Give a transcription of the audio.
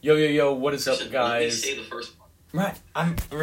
Yo, yo, yo, what is up, Should only guys? say the first one. Right, I'm, we're